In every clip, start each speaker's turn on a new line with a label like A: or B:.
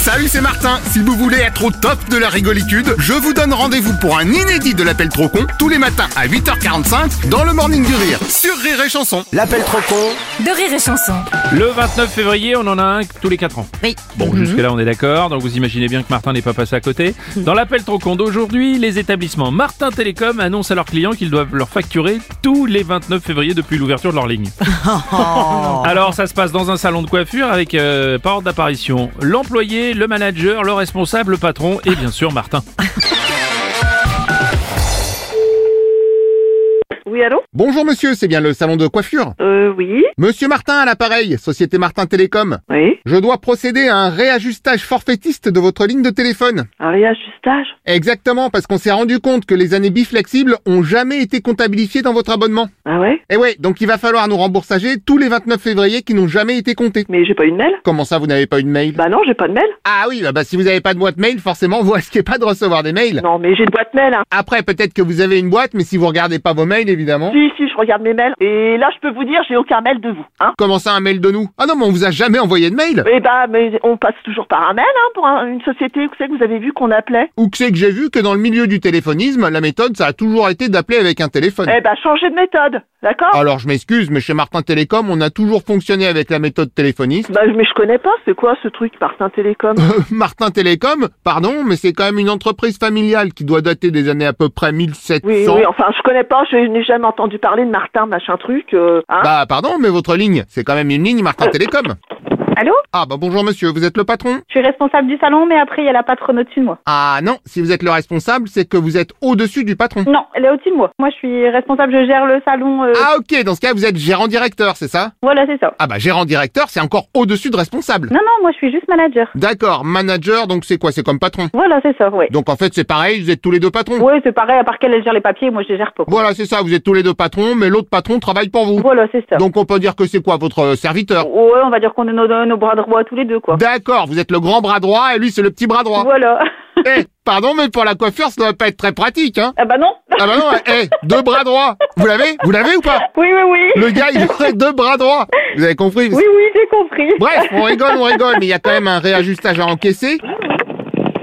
A: Salut, c'est Martin. Si vous voulez être au top de la rigolitude, je vous donne rendez-vous pour un inédit de l'appel trop con tous les matins à 8h45 dans le Morning du Rire sur Rire et Chanson.
B: L'appel trop con
C: de rire et chanson.
D: Le 29 février, on en a un tous les 4 ans.
C: Oui.
D: Bon, jusque-là, on est d'accord. Donc, vous imaginez bien que Martin n'est pas passé à côté. Dans l'appel trop con d'aujourd'hui, les établissements Martin Télécom annoncent à leurs clients qu'ils doivent leur facturer tous les 29 février depuis l'ouverture de leur ligne. Alors, ça se passe dans un salon de coiffure avec, euh, par ordre d'apparition, l'employé, le manager, le responsable, le patron et bien sûr Martin.
E: Oui, allô
A: Bonjour monsieur, c'est bien le salon de coiffure.
E: Euh, oui.
A: Monsieur Martin à l'appareil, Société Martin Télécom.
E: Oui.
A: Je dois procéder à un réajustage forfaitiste de votre ligne de téléphone.
E: Un réajustage
A: Exactement, parce qu'on s'est rendu compte que les années biflexibles ont jamais été comptabilisées dans votre abonnement.
E: Ah ouais
A: Et ouais, donc il va falloir nous remboursager tous les 29 février qui n'ont jamais été comptés.
E: Mais j'ai pas eu de mail
A: Comment ça, vous n'avez pas eu de mail
E: Bah non, j'ai pas de mail.
A: Ah oui, bah, bah, si vous n'avez pas de boîte mail, forcément, vous risquez pas de recevoir des mails.
E: Non, mais j'ai une boîte mail. Hein.
A: Après, peut-être que vous avez une boîte, mais si vous regardez pas vos mails, évidemment.
E: Si, si, je regarde mes mails. Et là, je peux vous dire, j'ai aucun mail de vous. Hein
A: Comment ça, un mail de nous Ah non, mais on vous a jamais envoyé de mail
E: Eh bah, mais on passe toujours par un mail hein, pour un- une société. Vous savez que vous avez vu qu'on appelait
A: Ou que c'est que j'ai vu que dans le milieu du téléphonisme, la méthode, ça a toujours été d'appeler avec un téléphone.
E: Eh bah, changez de méthode, d'accord
A: Alors, je m'excuse, mais chez Martin Télécom, on a toujours fonctionné avec la méthode téléphoniste.
E: Bah, mais je connais pas. C'est quoi ce truc, Martin Télécom
A: Euh, Martin Télécom, pardon, mais c'est quand même une entreprise familiale qui doit dater des années à peu près 1700.
E: Oui, oui, enfin, je connais pas. Je n'ai jamais entendu parler de Martin, machin truc. euh, hein
A: Bah, pardon, mais votre ligne, c'est quand même une ligne Martin Télécom.
F: Allô
A: Ah, bah bonjour monsieur, vous êtes le patron
F: Je suis responsable du salon, mais après, il y a la patronne au-dessus de moi.
A: Ah non, si vous êtes le responsable, c'est que vous êtes au-dessus du patron.
F: Non, elle est au-dessus de moi. Moi, je suis responsable, je gère le salon. euh,
A: Ah ok, dans ce cas, vous êtes gérant directeur, c'est ça
F: Voilà, c'est ça.
A: Ah bah gérant directeur, c'est encore au-dessus de responsable.
F: Non, non, moi, je suis juste manager.
A: D'accord, manager, donc c'est quoi C'est comme patron.
F: Voilà, c'est ça, ouais.
A: Donc en fait, c'est pareil, vous êtes tous les deux patrons.
F: Ouais, c'est pareil, à part qu'elle elle gère les papiers, moi, je les gère pas. quoi.
A: Voilà, c'est ça, vous êtes tous les deux patrons, mais l'autre patron travaille pour vous.
F: Voilà, c'est ça.
A: Donc on peut dire que c'est quoi votre euh, serviteur
F: Ouais, on va dire qu'on est nos, nos bras droits tous les deux, quoi.
A: D'accord, vous êtes le grand bras droit et lui c'est le petit bras droit.
F: Voilà.
A: Eh, pardon, mais pour la coiffure, ça doit pas être très pratique, hein
F: ah bah non
A: Ah bah non, eh, deux bras droits. Vous l'avez Vous l'avez ou pas
F: Oui, oui, oui.
A: Le gars, il aurait deux bras droits. Vous avez compris
F: Oui, oui, j'ai compris.
A: Bref, on rigole, on rigole, mais il y a quand même un réajustage à encaisser.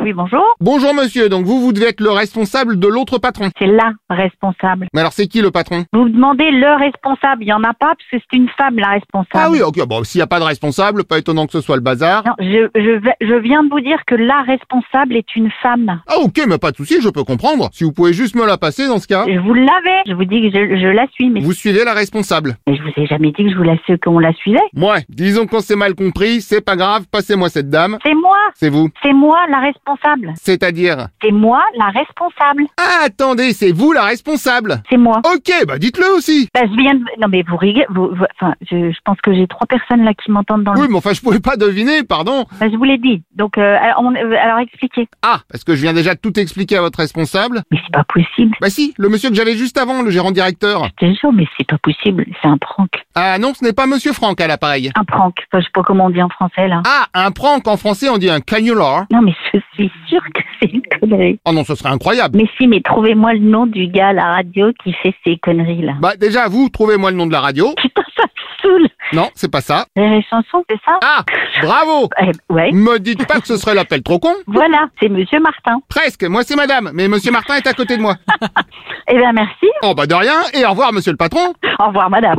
G: Oui, bonjour.
A: Bonjour monsieur, donc vous, vous devez être le responsable de l'autre patron.
G: C'est la responsable.
A: Mais alors c'est qui le patron
G: Vous me demandez le responsable. Il n'y en a pas parce que c'est une femme, la responsable.
A: Ah oui, ok, bon, s'il n'y a pas de responsable, pas étonnant que ce soit le bazar.
G: Non, je, je, vais- je viens de vous dire que la responsable est une femme.
A: Ah ok, mais pas de souci, je peux comprendre. Si vous pouvez juste me la passer dans ce cas.
G: Je vous l'avais. Je vous dis que je, je la suis, mais,
A: Vous suivez la responsable.
G: mais je vous ai jamais dit que je vous la, qu'on la suivait.
A: Ouais, disons qu'on s'est mal compris, c'est pas grave, passez-moi cette dame.
G: C'est moi.
A: C'est vous.
G: C'est moi la responsable.
A: C'est-à-dire
G: C'est moi la responsable.
A: Ah, attendez, c'est vous la responsable
G: C'est moi.
A: Ok, bah dites-le aussi
G: Bah, je viens de... Non, mais vous rigolez. Vous, vous- enfin, je, je pense que j'ai trois personnes là qui m'entendent dans
A: Oui,
G: le...
A: mais enfin, je pouvais pas deviner, pardon
G: Bah, je vous l'ai dit. Donc, euh, alors, on- euh, alors expliquez.
A: Ah, parce que je viens déjà de tout expliquer à votre responsable.
G: Mais c'est pas possible.
A: Bah si, le monsieur que j'avais juste avant, le gérant directeur.
G: Je te jure, mais c'est pas possible. C'est un prank.
A: Ah non, ce n'est pas monsieur Franck à l'appareil.
G: Un prank. Enfin, je sais pas comment on dit en français, là.
A: Ah, un prank en français, on dit un canular.
G: Non, mais je suis sûre que c'est une connerie.
A: Oh non, ce serait incroyable
G: Mais si, mais trouvez-moi le nom du gars à la radio qui fait ces conneries-là.
A: Bah déjà, vous, trouvez-moi le nom de la radio.
G: Putain, ça me saoule.
A: Non, c'est pas ça.
G: Les chansons, c'est ça
A: Ah, bravo
G: Eh, Ouais.
A: Me dites pas que ce serait l'appel trop con
G: Voilà, c'est Monsieur Martin.
A: Presque, moi c'est madame, mais monsieur Martin est à côté de moi.
G: Eh bien, merci.
A: Oh bah de rien, et au revoir monsieur le patron
G: Au revoir, madame.